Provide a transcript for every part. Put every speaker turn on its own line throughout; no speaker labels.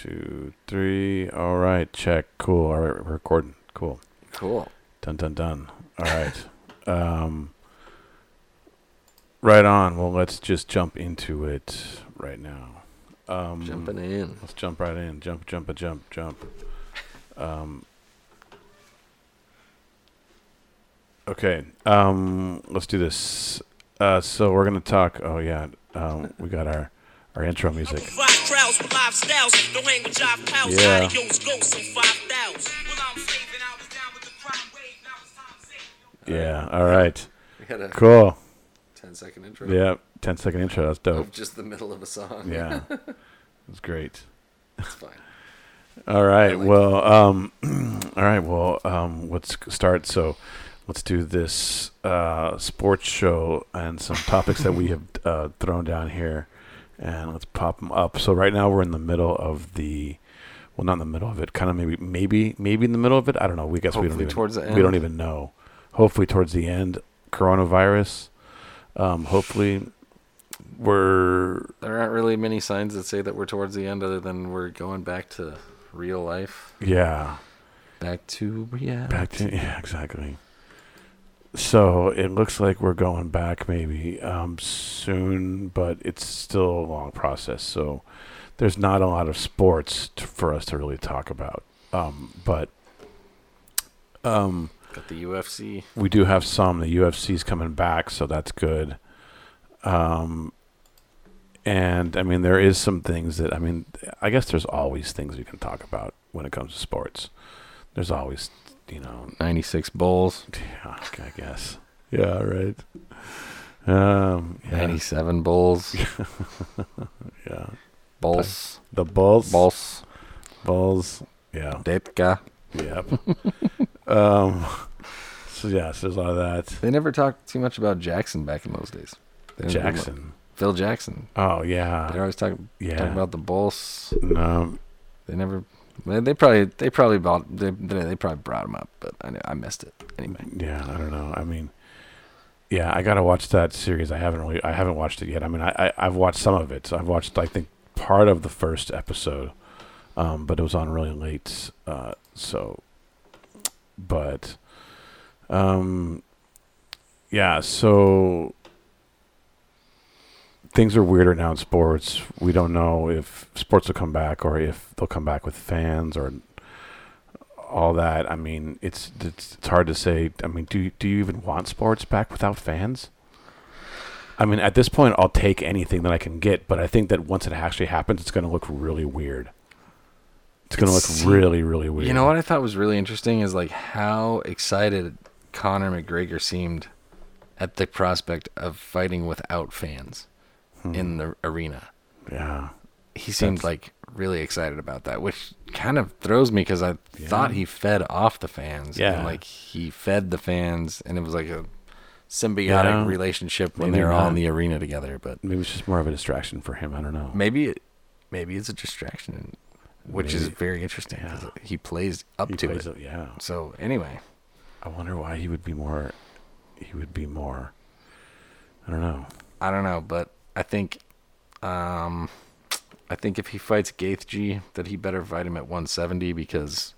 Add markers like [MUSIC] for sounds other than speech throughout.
two, three. All right, check. Cool. All right, we're recording. Cool.
Cool.
Dun dun dun. All right. [LAUGHS] um, right on. Well, let's just jump into it right now. Um,
Jumping in.
Let's jump right in. Jump, jump, a jump, jump. Um, okay. Um, let's do this. Uh, so we're gonna talk. Oh yeah. Um, we got our our intro music.
I provide crowds with live styles. Don't hang with job pals.
Yeah.
Adios, ghosts, and 5,000. Well, I'm saving. I was down with the crime wave. Now it's time to save.
Yeah. [LAUGHS] All right.
We had a
Cool.
10 second intro
Yeah. 10 second intro. That's dope.
of just the middle of a song. [LAUGHS]
Yeah. It's great.
It's fine.
All right.
like
Well, um, [CLEARS THROAT] all right. Well, um, let's start. So let's do this uh, sports show and some topics that we have [LAUGHS] uh, thrown down here and let's pop them up. So right now we're in the middle of the. Well, not in the middle of it. Kind of maybe, maybe, maybe in the middle of it. I don't know. We guess we don't
Hopefully
even.
towards the
We don't
end.
even know. Hopefully towards the end, coronavirus. Um, hopefully, we're
There aren't really many signs that say that we're towards the end other than we're going back to real life.
yeah.
Back to reality.
Back to [LAUGHS] yeah, exactly. So it looks like we're going back maybe um, soon, but it's still a long process. So there's not a lot of sports t- for us to really talk about. Um, but um,
Got the UFC.
we do have some. The UFC's coming back, so that's good. Um, and I mean, there is some things that I mean, I guess there's always things you can talk about when it comes to sports. There's always, you know,
96 Bulls.
yeah, okay, I guess. Yeah, right. Um, yeah, [LAUGHS]
97 Bulls.
yeah.
Bulls.
The Bulls.
Bulls.
Bulls. Yeah.
Depka. [LAUGHS]
Yep. um. So yes, there's a lot of that.
They never talked too much about Jackson back in those days. They didn't-
Jackson.
Phil Jackson.
Oh
They're
yeah.
always talking, talking
Yeah. Um,
about the Bulls.
No.
They never. They, they probably they probably bought they they they probably brought him up, but I I missed it anyway.
Yeah. I don't know. I mean. Yeah, I gotta watch that series. I haven't really, I haven't watched it yet. I mean, I, I I've watched some of it. I've watched, I think, part of the first episode, um, but it was on really late. Uh, so, but, um, yeah. So things are weirder now in sports. We don't know if sports will come back or if they'll come back with fans or all that. I mean, it's it's, it's hard to say. I mean, do do you even want sports back without fans? I mean, at this point, I'll take anything that I can get, but I think that once it actually happens, it's going to look really weird. It's going to look
It's-
really, really weird.
You know what I thought was really interesting is like how excited Conor McGregor seemed at the prospect of fighting without fans
Hmm.
in the arena.
Yeah.
He seemed like really excited about that, which kind of throws me because I thought he fed off the fans.
Yeah.
and like he fed the fans, and it was like a symbiotic
Yeah.
relationship when
Maybe
they were all
not.
in the arena together. But
Maybe it's just more of a distraction for him. I don't know.
maybe it, maybe it's a distraction, which is
Maybe.
very interesting. 'cause
Yeah.
He plays up
He
to
plays
it.
it- yeah.
So anyway,
I wonder why he would be more. He would be more. I don't know.
I don't know, but I think, um, I think if he fights Gaeth G, that he better fight him at 170 because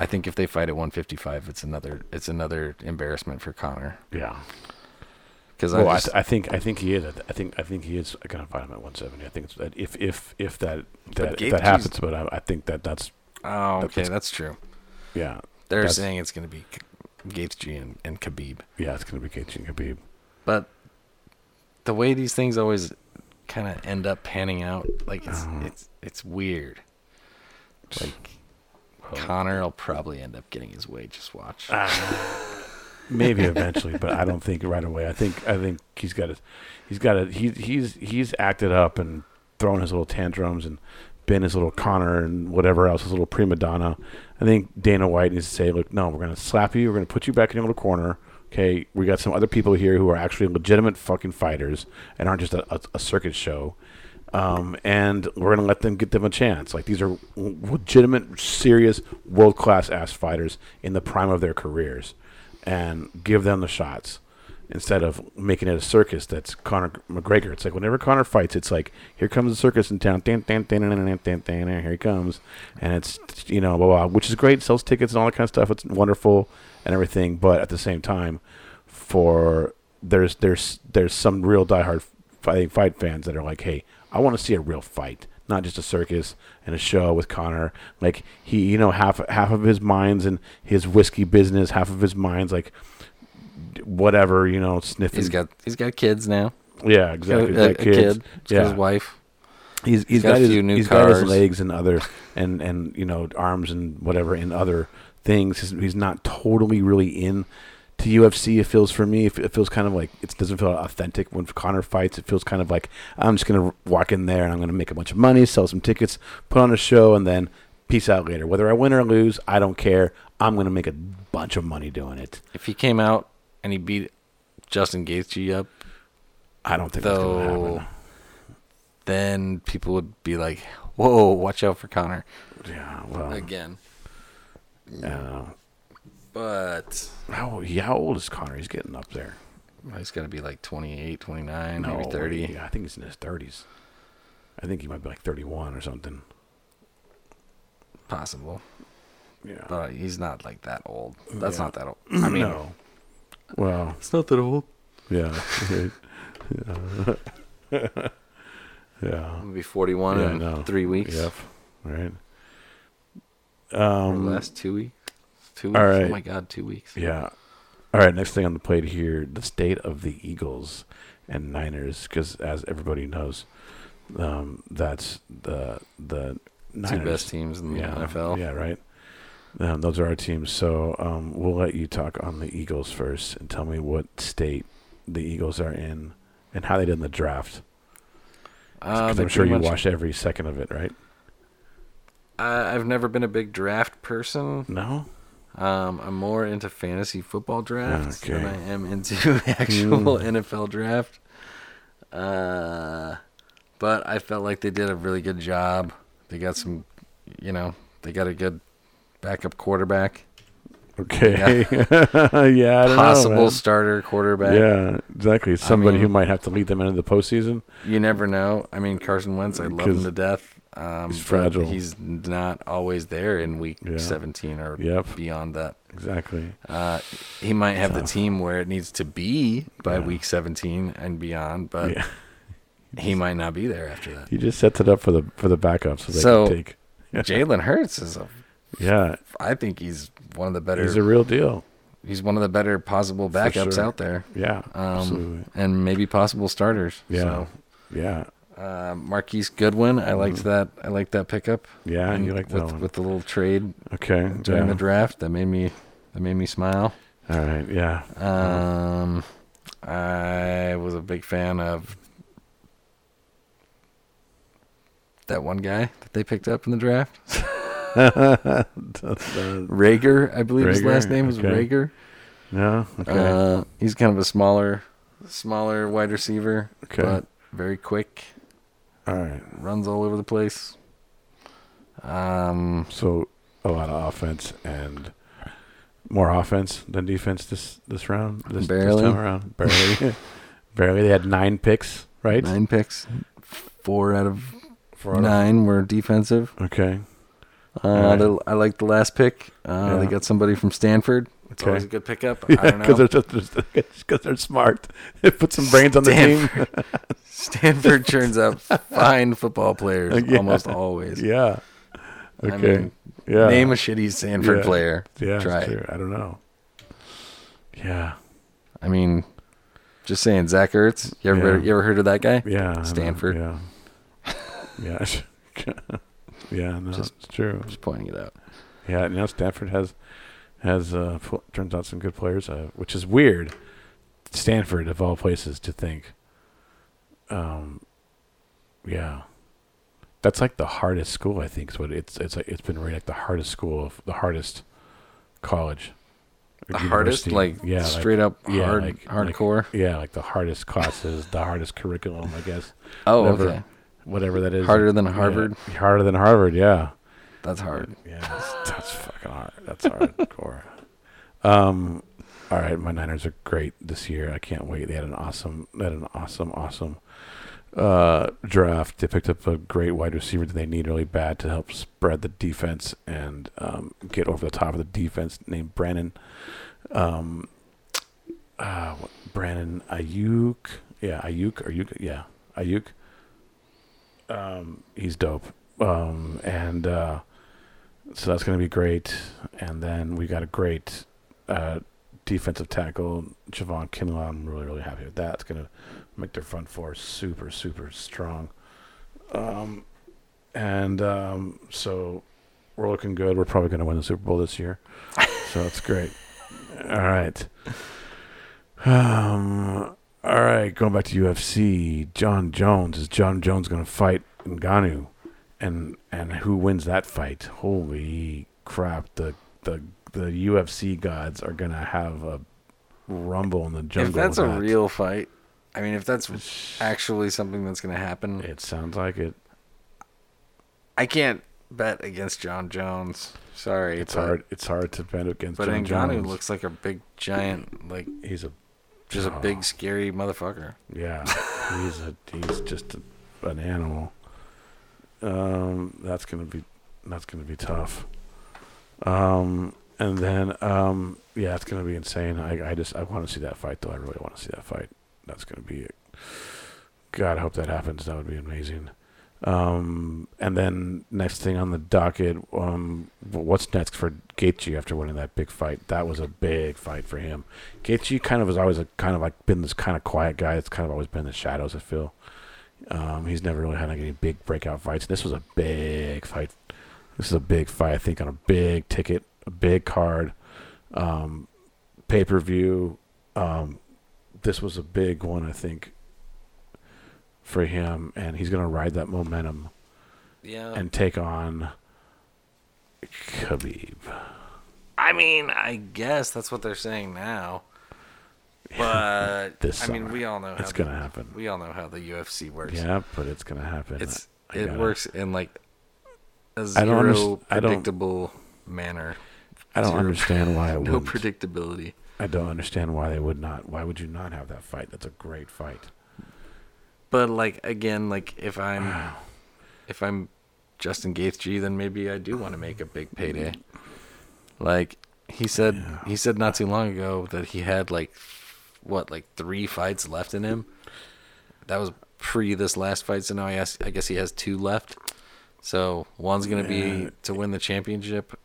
I think if they fight at 155, it's another it's another embarrassment for Connor.
Yeah.
Because
Well,
I,
I,
just,
th- I think I think he is. I th- I think I think he is going to fight him at 170. I think it's that if if if that that, if
Gaethje's-
that happens, but I, I think that that's
oh, okay,
that's-
that's true.
yeah
They're
That's-
saying it's going to be K- Gaeth G and, and Khabib.
yeah it's going to be Gaethje and Khabib.
but the way these things always kind of end up panning out, like it's
Uh-huh.
it's it's weird. Like Connor will probably end up getting his way. Just watch.
Maybe eventually, but I don't think right away. I think I think he's got a he's got a he, he's he's acted up and thrown his little tantrums and been his little Connor and whatever else his little prima donna. I think Dana White needs to say, look, no, we're gonna slap you. We're gonna put you back in your little corner. Okay, we got some other people here who are actually legitimate fucking fighters and aren't just a, a, a circus show. Um, and we're gonna let them get them a chance. Like these are legitimate, serious, world class ass fighters in the prime of their careers and give them the shots. instead of making it a circus that's Conor McGregor. It's like whenever Conor fights, it's like here comes the circus in town. Dun, dun, dun, dun, dun, dun, dun, dun, dun, Here he comes, and it's you know blah blah, which is great, sells tickets and all that kind of stuff. It's wonderful and everything, but at the same time, for there's there's there's some real diehard fight fight fans that are like, hey, I want to see a real fight, not just a circus and a show with Connor. Like he, you know, half half of his mind's in his whiskey business, half of his mind's like d- whatever, you know, sniffing.
He's got he's got kids now. Uh,
yeah, exactly.
a, a-
Like
a
kids.
kid. He's got
Yeah,
his wife.
he's he's
got
got,
a
his
few new
he's got his
cars.
legs and other and and you know arms and whatever in other things. He's, he's not totally really in to UFC. It feels for me, it, it feels kind of like it doesn't feel authentic when Connor fights. It feels kind of like I'm just gonna walk in there and I'm gonna make a bunch of money, sell some tickets, put on a show, and then peace out later. Whether I win or lose, I don't care. I'm gonna make a bunch of money doing it.
If he came out and he beat Justin Gaethje up,
I don't think that's gonna
though,
happen.
then people would be like, "Whoa, watch out for Connor
Yeah, well,
again."
uh,
But
how yeah, how old is Connor? He's getting up there.
he's got to be like 28, 29,
No,
maybe 30.
Yeah, I think he's in his thirties. I think he might be like thirty-one or something.
Possible.
Yeah. [CLEARS THROAT]
But he's not like that old. That's
Yeah.
not
[CLEARS THROAT]
that old. I mean,
no. Well,
it's not that old.
yeah. [LAUGHS] yeah. yeah.
I'm going to be 41
Yeah, I
in
know.
3 weeks.
Yep. Right.
Or
Um.
last 2 weeks. 2 weeks.
all
Oh
right.
my god, 2 weeks.
Yeah. All right. Next thing on the plate here: the state of the Eagles and Niners, because as everybody knows, um, that's the the
Two
Niners.
best teams in the NFL.
Yeah, right. Um, those are our teams. So um, we'll let you talk on the Eagles first and tell me what state the Eagles are in and how they did in the draft.
Uh,
Because
they
I'm sure
pretty
you
much-
watched every second of it, right?
I, I've never been a big draft person.
No.
Um, I'm more into fantasy football drafts than
Okay. Hmm.
I am into [LAUGHS] actual NFL draft. Uh, but I felt like they did a really good job. They got some, you know, they got a good backup quarterback,
Okay. [LAUGHS] Yeah. I don't
possible
know. man.
starter quarterback.
Yeah, exactly. Somebody who
mean-
might have to lead them into the postseason.
You never know. I mean, Carson Wentz, I love him
'Cause
to death. Um,
he's
but
fragile.
He's not always there in week
Yeah.
17 or
Yep.
beyond that.
Exactly.
Uh, he might have the
Tough.
team where it needs to be by
Yeah.
week 17 and beyond, but
yeah.
he might not be there
[LAUGHS]
after that.
He just sets it up for the for the backup so they
So-
can take. [LAUGHS]
Jalen Hurts is a.
Yeah,
I think he's one of the better.
he's a
He's,
real deal.
one of the better possible backups
sure.
out there,
Yeah, absolutely.
um, and maybe possible starters.
Yeah, yeah,
So, uh, Marquise Goodwin, I
Mm-hmm.
liked that. I liked that pickup.
yeah.
And
You like that
with,
one?
with the little trade
okay.
during
yeah.
the draft that made me that made me smile.
All right. Yeah.
Um, I was a big fan of that one guy that they picked up in the draft.
[LAUGHS]
Rager, I believe his
Rager,
last name was
okay.
Rager.
No. Okay.
Uh, he's kind of a smaller, smaller wide receiver,
Okay.
but very quick.
All right.
Runs all over the place. Um,
So a lot of offense and more offense than defense this this round. This,
Barely.
This time
[LAUGHS]
around. Barely. Barely. They had nine picks, right?
nine picks, four out of
Four out of-
nine were defensive.
Okay.
Uh,
Alright.
the, I like the last pick. Uh, They
Yeah.
got somebody from Stanford. It's
Okay.
always a good
[LAUGHS]
pickup. I don't know.
Because they're just [LAUGHS] because they're smart. They put some brains on the
[LAUGHS]
team.
[LAUGHS] Stanford churns
[LAUGHS]
out fine football players
Yeah.
almost always.
yeah.
I
Okay.
mean,
yeah.
Name a shitty Stanford
Yeah.
player.
yeah. it's
Try it.
true. I don't know. Yeah.
I mean, just saying, Zach Ertz. You ever
Yeah.
you ever heard of that guy?
Yeah. I know,
Stanford.
Yeah. Yeah. [LAUGHS] yeah. No,
Just-
it's true.
Just pointing it out.
Yeah, now Stanford has has uh, fl- turns out some good players, uh, which is weird. Stanford, of all places, to think. Um, yeah, that's like the hardest school. I think is what it's it's like it's been rated like the hardest school of the hardest college. or
The hardest,
university.
like
yeah, like-
straight up
yeah,
hard,
like- like-
hardcore.
yeah, like the hardest classes, the hardest curriculum, I guess.
oh,
whatever,
okay.
Whatever that is.
Harder than
Yeah,
Harvard?
harder than Harvard. Yeah.
That's hard.
Yeah, that's, that's fucking hard. That's hardcore. Um, all right, my Niners are great this year. I can't wait. They had an awesome, they had an awesome, awesome uh, draft. They picked up a great wide receiver that they need really bad to help spread the defense and um, get over the top of the defense. Named Brandon, um, uh, what- Brandon Ayuk. Yeah, Ayuk. Ayuk. Yeah, Ayuk. Um, he's dope. Um, and uh, so that's going to be great. And then we got a great uh, defensive tackle, Javon Kinlaw. I'm really, really happy with that. It's going to make their front four super, super strong. Um, and um, so we're looking good. We're probably going to win the Super Bowl this year. so that's
[LAUGHS]
great. All right. Um, all right. Going back to UFC, John Jones. Is John Jones going to fight Ngannou? And and who wins that fight? Holy crap! The the the UFC gods are gonna have a rumble in the jungle.
if that's
with
a
that.
real fight, I mean, if
[SIGHS]
that's actually something that's going to happen,
It sounds like it.
I can't bet against John Jones. Sorry,
It's
but,
hard. It's hard to bet against
But
John
Ngannou
Jones.
looks like a big giant, like
he's a
just a
Oh.
big scary motherfucker. [LAUGHS]
yeah. he's a he's just a, an animal. Um, that's gonna be that's gonna be tough. Um, and then um, yeah, it's gonna be insane. I I just I want to see that fight though. I really want to see that fight. That's gonna be it. God, I hope that happens. That would be amazing. Um, and then next thing on the docket, um, what's next for Gaethje after winning that big fight? That was a big fight for him. Gaethje kind of has always a, kind of like been this kind of quiet guy. It's kind of always been in the shadows. I feel. Um, he's never really had like any big breakout fights. This was a big fight. This is a big fight. I think on a big ticket, a big card, um, pay per view. Um, this was a big one. I think for him, and he's gonna ride that momentum
Yeah.
and take on Khabib.
I mean, I guess that's what they're saying now.
[LAUGHS]
But
This
I mean,
summer.
we all know how
It's
the-
gonna happen.
We all know how the UFC works.
Yeah, but it's gonna happen.
it's
I
it
gotta-
works in like a
I don't underst-
zero
I don't-
predictable manner.
I don't
zero-
understand why it
[LAUGHS] No
wouldn't.
predictability.
I don't understand why they would not. Why would you not have that fight? That's a great fight.
But like again, like
[SIGHS]
if I'm if I'm Justin Gaethje, then maybe I do want to make a big payday. Like he said, he said not too long ago that he had like what like three fights left in him. That was pre this last fight, so now I guess I guess he has two left. So one's gonna
Yeah.
be to win the championship,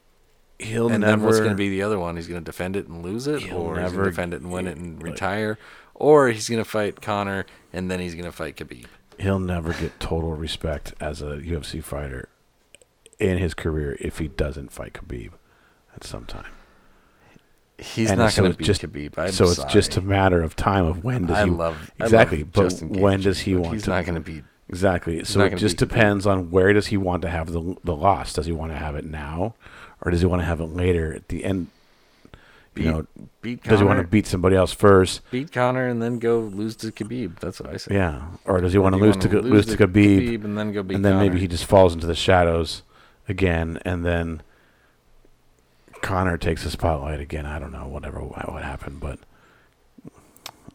He'll
and
never.
then what's going to be the other one? He's going to defend it and lose it,
He'll
or he's going
never-
to defend it and win it and retire, or he's going to fight Connor and then he's going to fight Khabib.
He'll never get total respect as a UFC fighter in his career if he doesn't fight Khabib at some time.
He's
And
not
so
going
it's
to beat
just-
Khabib. I'm
so
sorry.
it's just a matter of time of when does
I
he
love I love
exactly, but
Justin Gaethje,
when does he
but
want
He's
to?
not going to beat.
Exactly. So
not
it
gonna
just
be-
depends on where does he want to have the the loss. Does he want to have it now, or does he want to have it later at the end? You
Beat-
know,
Beat Connor,
does he want to beat somebody else first?
beat Connor and then go lose to Khabib? That's what I said.
Yeah, or does he want
Do
to
you
lose
wanna
to lose to Khabib,
and then go beat
and then
Connor?
maybe he just falls into the shadows again, and then Connor takes the spotlight again. I don't know, whatever wha- what happened, but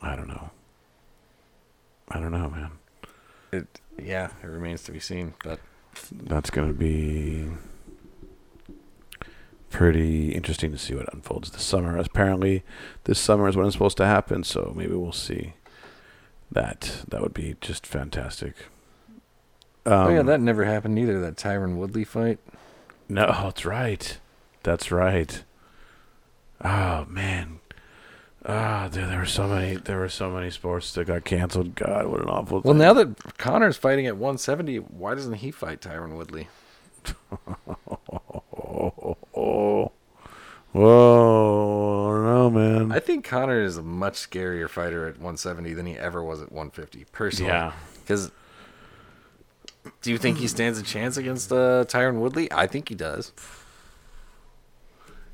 I don't know. I don't know, man.
It, yeah, it remains to be seen. But
That's going to be pretty interesting to see what unfolds this summer. Apparently, this summer is when it's supposed to happen, so maybe we'll see that. That would be just fantastic. Um,
oh yeah, that never happened either. That Tyron Woodley fight.
No, [LAUGHS] that's right. That's right. Oh man. Ah, dude, there were so many. There were so many sports that got canceled. God, what an awful.
Well,
thing.
now that Connor's fighting at 170, why doesn't he fight Tyron Woodley?
Oh, oh. Whoa, I don't know, man.
I think Connor is a much scarier fighter at 170 than he ever was at 150, personally.
Yeah.
Because do you think he stands a chance against uh, Tyron Woodley? I think he does.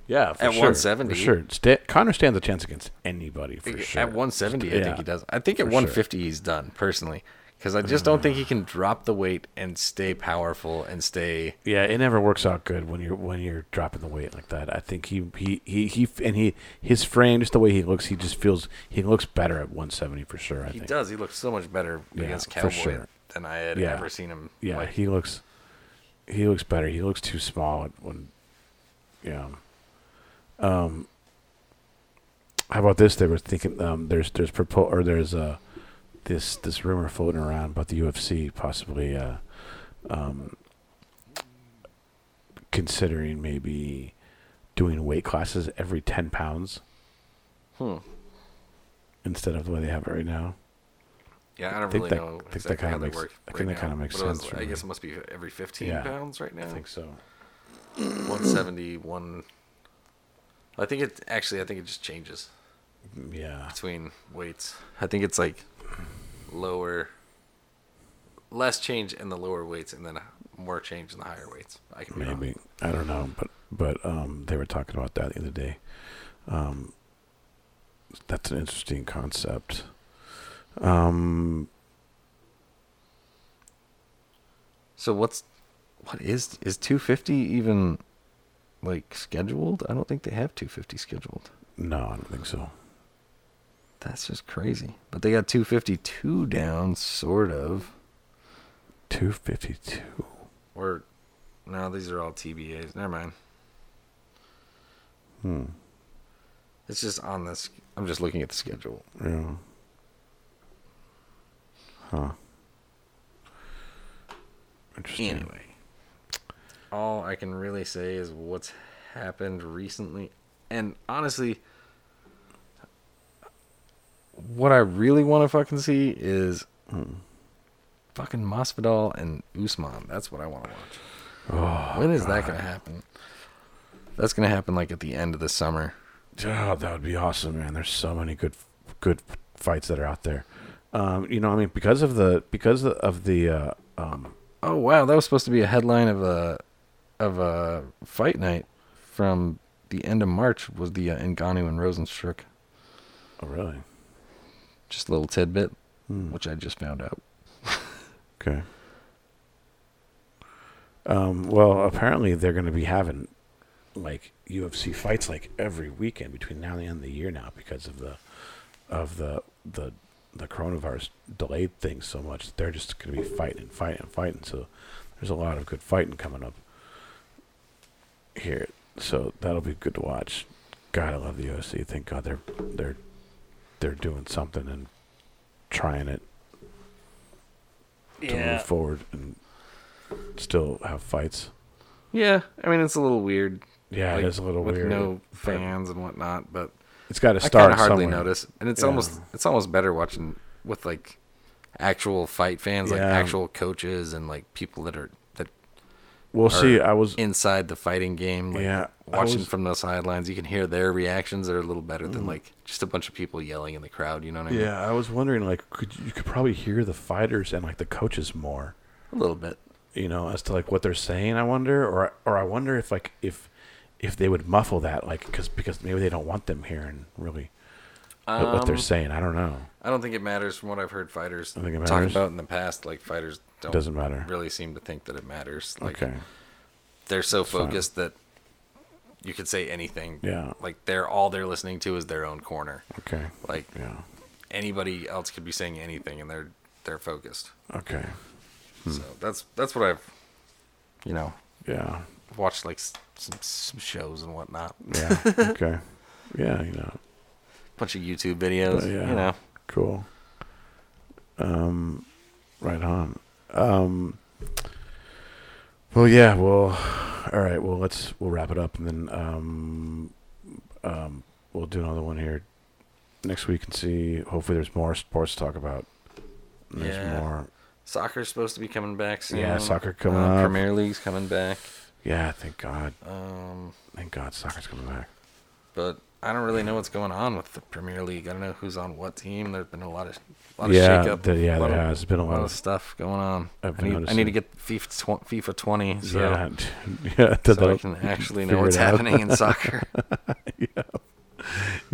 yeah, for
at
sure,
170.
for sure. Sta- Connor stands a chance against anybody for sure.
At 170, I
Yeah,
think he does. I think at
for sure.
150, he's done, personally. because I just don't think he can drop the weight and stay powerful and stay.
Yeah, it never works out good when you're when you're dropping the weight like that. I think he he he, he and he his frame, just the way he looks, he just feels he looks better at 170 for sure. I
He
think.
does. He looks so much better against
for
Cowboy
sure.
than I had
Yeah.
ever seen him.
Yeah,
like,
he looks he looks better. He looks too small at when yeah. Um how about this? They were thinking um there's there's propo- or there's uh this this rumor floating around about the UFC possibly uh um considering maybe doing weight classes every ten pounds
hmm.
instead of the way they have it right now.
Yeah, I don't
think
really
that-
know
think that
exactly
kinda
how they
makes-
work.
I think
right
that kinda
now,
makes
but it was-
sense for
I
me.
guess it must be every 15
Yeah,
pounds right
I
now.
think so.
170, one. I think it actually. I think it just changes
Yeah.
between weights. I think it's like lower, less change in the lower weights, and then more change in the higher weights. I can be wrong.
maybe I don't know, but but um, they were talking about that the other day. Um, that's an interesting concept. Um,
So what's what is is 250 even like scheduled? I don't think they have 250 scheduled.
no, I don't think so.
That's just crazy. But they got 252 down, sort of.
Two fifty two.
Or no, these are all TBAs. Never mind.
Hmm.
It's just on this. I'm just looking at the schedule.
Yeah. Huh. Interesting.
Anyway, all I can really say is what's happened recently. And honestly, what I really want to fucking see is hmm, fucking Masvidal and Usman. That's what I want to watch. when is that going to happen? That's going to happen like at the end of the summer.
Oh, that would be awesome, man. There's so many good good fights that are out there. Um, you know, I mean, because of the because of the uh, um,
Oh wow, that was supposed to be a headline of a of a fight night from the end of March was the uh, Ngannou and Rosenstruck.
oh really
Just a little tidbit,
Hmm.
which I just found out.
Okay. Um, well, apparently they're going to be having like UFC fights like every weekend between now and the end of the year now because of the of the the the coronavirus delayed things so much. They're just going to be fighting and fighting and fighting. So there's a lot of good fighting coming up here. So that'll be good to watch. God, I love the UFC. Thank God they're they're they're doing something and trying it to move forward and still have fights.
Yeah, I mean it's a little weird.
Yeah,
like,
it is a little
with
weird.
no fans and whatnot, but
it's got to
I kind
start
of hardly
somewhere.
notice. And it's
Yeah.
almost it's almost better watching with like actual fight fans, like
Yeah.
actual coaches and like people that are that
We'll see.
or
I was
inside the fighting game. Like,
Yeah, I
watching
was- Mm.
from the sidelines, you can hear their reactions. They're a little better than like just a bunch of people yelling in the crowd. You know what I mean?
yeah, I was wondering like could you could probably hear the fighters and like the coaches more,
a little bit.
you know, as to like what they're saying. I wonder, or or I wonder if like if if they would muffle that like because because maybe they don't want them hearing really what- what they're
Um,
saying. I don't know.
I don't think it matters from what I've heard fighters
don't think it
talk
matters?
about in the past. Like fighters don't
Doesn't matter.
really seem to think that it matters. Like
Okay.
they're so
fine.
focused that you could say anything.
Yeah.
Like they're all they're listening to is their own corner.
Okay.
Like
Yeah.
anybody else could be saying anything and they're they're focused.
Okay. Hmm.
So that's that's what I've you know,
Yeah.
watched like s- some, some shows and whatnot.
Yeah. okay. [LAUGHS] Yeah. You know.
[LAUGHS] bunch of YouTube videos,
But, Oh, yeah.
you know.
Cool. Um, right on. Um, well, yeah. Well, all right. Well, let's we'll wrap it up and then um, um, we'll do another one here next week and see. Hopefully, there's more sports to talk about. And There's
Yeah.
more.
Soccer's supposed to be coming back soon.
Yeah, soccer coming
uh,
up.
Premier League's coming back.
Yeah. Thank God.
Um,
Thank God, soccer's coming back.
but I don't really know what's going on with the Premier League. I don't know who's on what team. There's been a lot of a lot
Yeah,
of shakeup.
there- yeah,
a lot
there
of-
has been a lot of-
stuff going on. I
I've been
need, I
noticing.
need to get FIFA tw- FIFA 20 so,
yeah. [LAUGHS] yeah.
so I can
[LAUGHS]
actually know what's happening in soccer.
You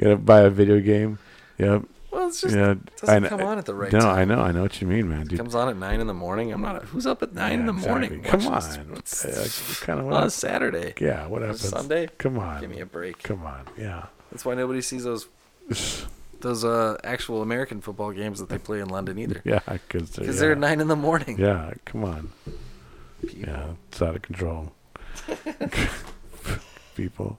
gotta buy a video game. Yep.
well, it's just
yeah, I
doesn't
kn-
come on at the right
no,
time.
I know, I know what you mean, man.
It
Dude,
comes on at nine in the morning. I'm not. Who's up at nine in
Yeah,
the morning?
exactly. Come
watching
on, what
this-
the heck, what kind of
on a
what?
Saturday.
Yeah, what happens?
Sunday?
Come on,
Give me a break.
come on, yeah.
That's why nobody sees
[SIGHS]
those those uh, actual American football games that they play in London either.
Yeah, I could say.
Because
yeah.
they're at nine in the morning.
Yeah, come on.
People.
Yeah, it's out of
[LAUGHS]
control. [LAUGHS] People.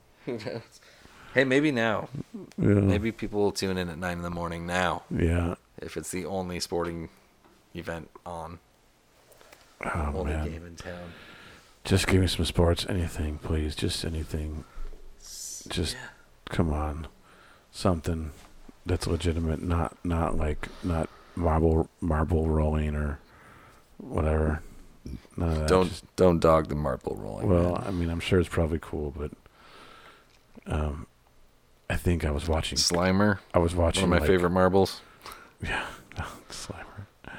Hey, maybe now.
Yeah.
Maybe people will tune in at nine in the morning now
Yeah.
if it's the only sporting event on,
Oh
only
man.
game in town.
Just give me some sports. Anything, please. Just anything. Just come on. Something that's legitimate. Not not like not marble marble rolling or whatever. None of that.
Don't
Just-
don't dog the marble rolling.
well,
man.
I mean, I'm sure it's probably cool, but um, I think I was watching.
Slimer,
I was watching
one of my
like-
favorite marbles.
Yeah, Slimer.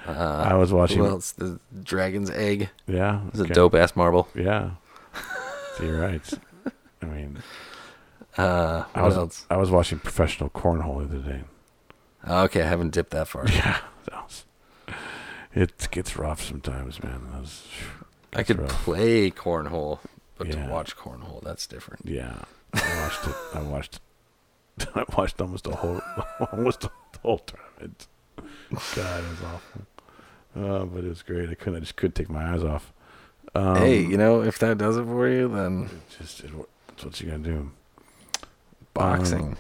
Uh,
I was watching.
who else? The Dragon's Egg
yeah,
is
okay.
a dope ass marble.
Yeah, [LAUGHS] so you're right. I mean,
Uh,
I
what
was
else?
I was watching professional cornhole the other
[LAUGHS]
day.
Okay, I haven't dipped that
[LAUGHS]
far.
Yeah, that was, it gets rough sometimes, man. That was,
I could
rough.
play cornhole, but
Yeah.
to watch cornhole, that's different.
yeah, I watched it. I watched. [LAUGHS] I watched almost the whole, [LAUGHS] almost the whole tournament. God, it was awful. Uh, but it was great. I couldn't. I just couldn't take my eyes off. Um,
hey, you know, if that does it for you, then
just it, that's what you gonna do.
boxing.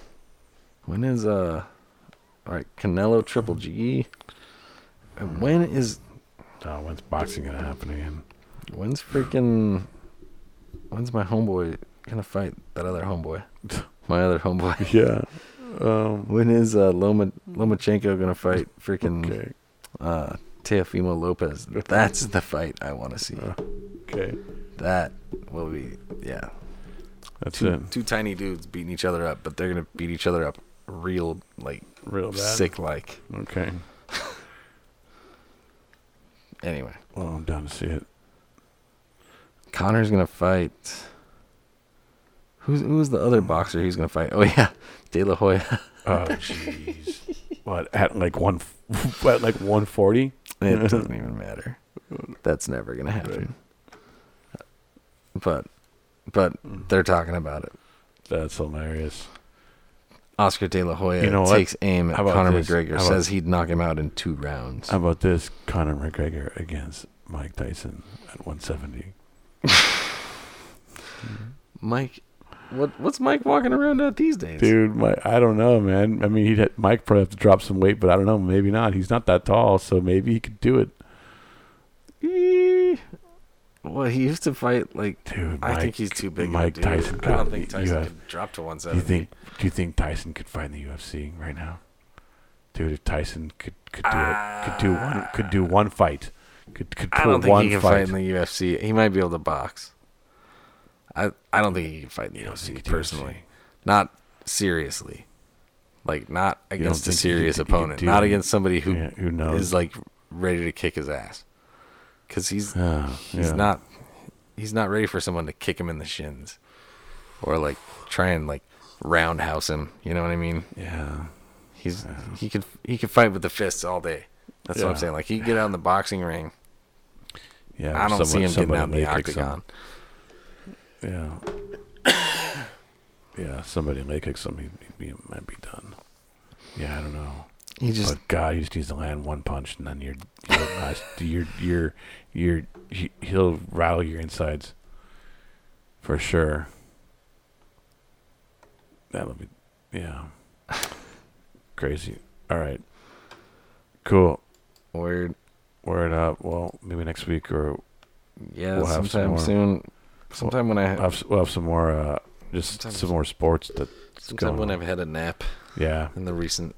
when is uh, all right, Canelo Triple G? And when is
Uh, when's boxing gonna happen again?
when's freaking when's my homeboy gonna fight that other homeboy? [LAUGHS] My
[LAUGHS]
other homeboy.
Yeah. Um,
When is uh, Loma, Lomachenko gonna fight freaking
okay.
uh, Teofimo Lopez? That's the fight I want to see.
Uh. Okay.
That will be yeah.
That's
two,
it.
two tiny dudes beating each other up, but they're gonna beat each other up real like
Real bad.
sick like.
Okay.
Anyway,
Well, I'm down to see it.
Connor's gonna fight. Who's who's the other boxer he's gonna fight? Oh yeah, De La Hoya.
Oh, jeez. what at like one [LAUGHS] at like 140? [LAUGHS]
It doesn't even matter. That's never gonna happen. But but
Mm.
they're talking about it.
That's hilarious.
Oscar De La Hoya
You know what?
takes aim at
How about
Conor
this? Um,
McGregor,
How about-
says he'd knock him out in two rounds.
How about this Conor McGregor against Mike Tyson at 170?
Mike, what what's Mike walking around at these days?
Dude, my, I don't know, man. I mean, he'd ha- Mike probably have to drop some weight, but I don't know. Maybe not. He's not that tall, so maybe he could do it.
Eh. Well, he used to fight like.
Dude,
I
Mike-
think he's too big. of a
Mike
dude.
Tyson.
I don't
God,
think
you
Tyson
have-
could drop to
Do you
170.
think? Do you think Tyson could fight in the UFC right now? Dude, if Tyson could could do it, could do one could do one fight, could could pull
I don't think
one
he can
fight.
fight in the UFC. He might be able to box. I I don't think he can fight in the
don't think he can
UFC
do
personally.
UFC.
Not seriously. Like not
don't
against a
think he could-
serious
he could
opponent.
do
Not
it?
against somebody who
Yeah, who knows?
is like ready to kick his ass. Cuz he's
Yeah,
he's
Oh, yeah.
not he's not ready for someone to kick him in the shins or like try and like roundhouse him, you know what I mean?
Yeah,
He's he could he could fight with the fists all day. That's what I'm
Yeah.
saying. Like he could get out in the boxing ring.
yeah.
I don't see
someone-
him getting
somebody
out in the
may kick
octagon.
some- [COUGHS] yeah, yeah. Somebody may kick somebody. He, he might be done. Yeah, I don't know.
He just
but God, he just needs to land one punch, and then you're you're [LAUGHS] nice- you're, you're, you're he, he'll rattle your insides for sure. That'll be
[LAUGHS]
yeah, crazy. All right, cool. Oh,
weird.
Word up. Well, maybe next week or
Yeah,
We'll have some
sometime
more.
soon. Sometime when I
we'll have, s- we'll have some more uh, just
Sometimes-
some more sports. That
sometime
going
when
on.
I've had a nap
yeah.
in the recent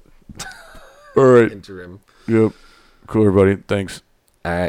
All right.
interim.
Yep. Cool, everybody. Thanks.
All right.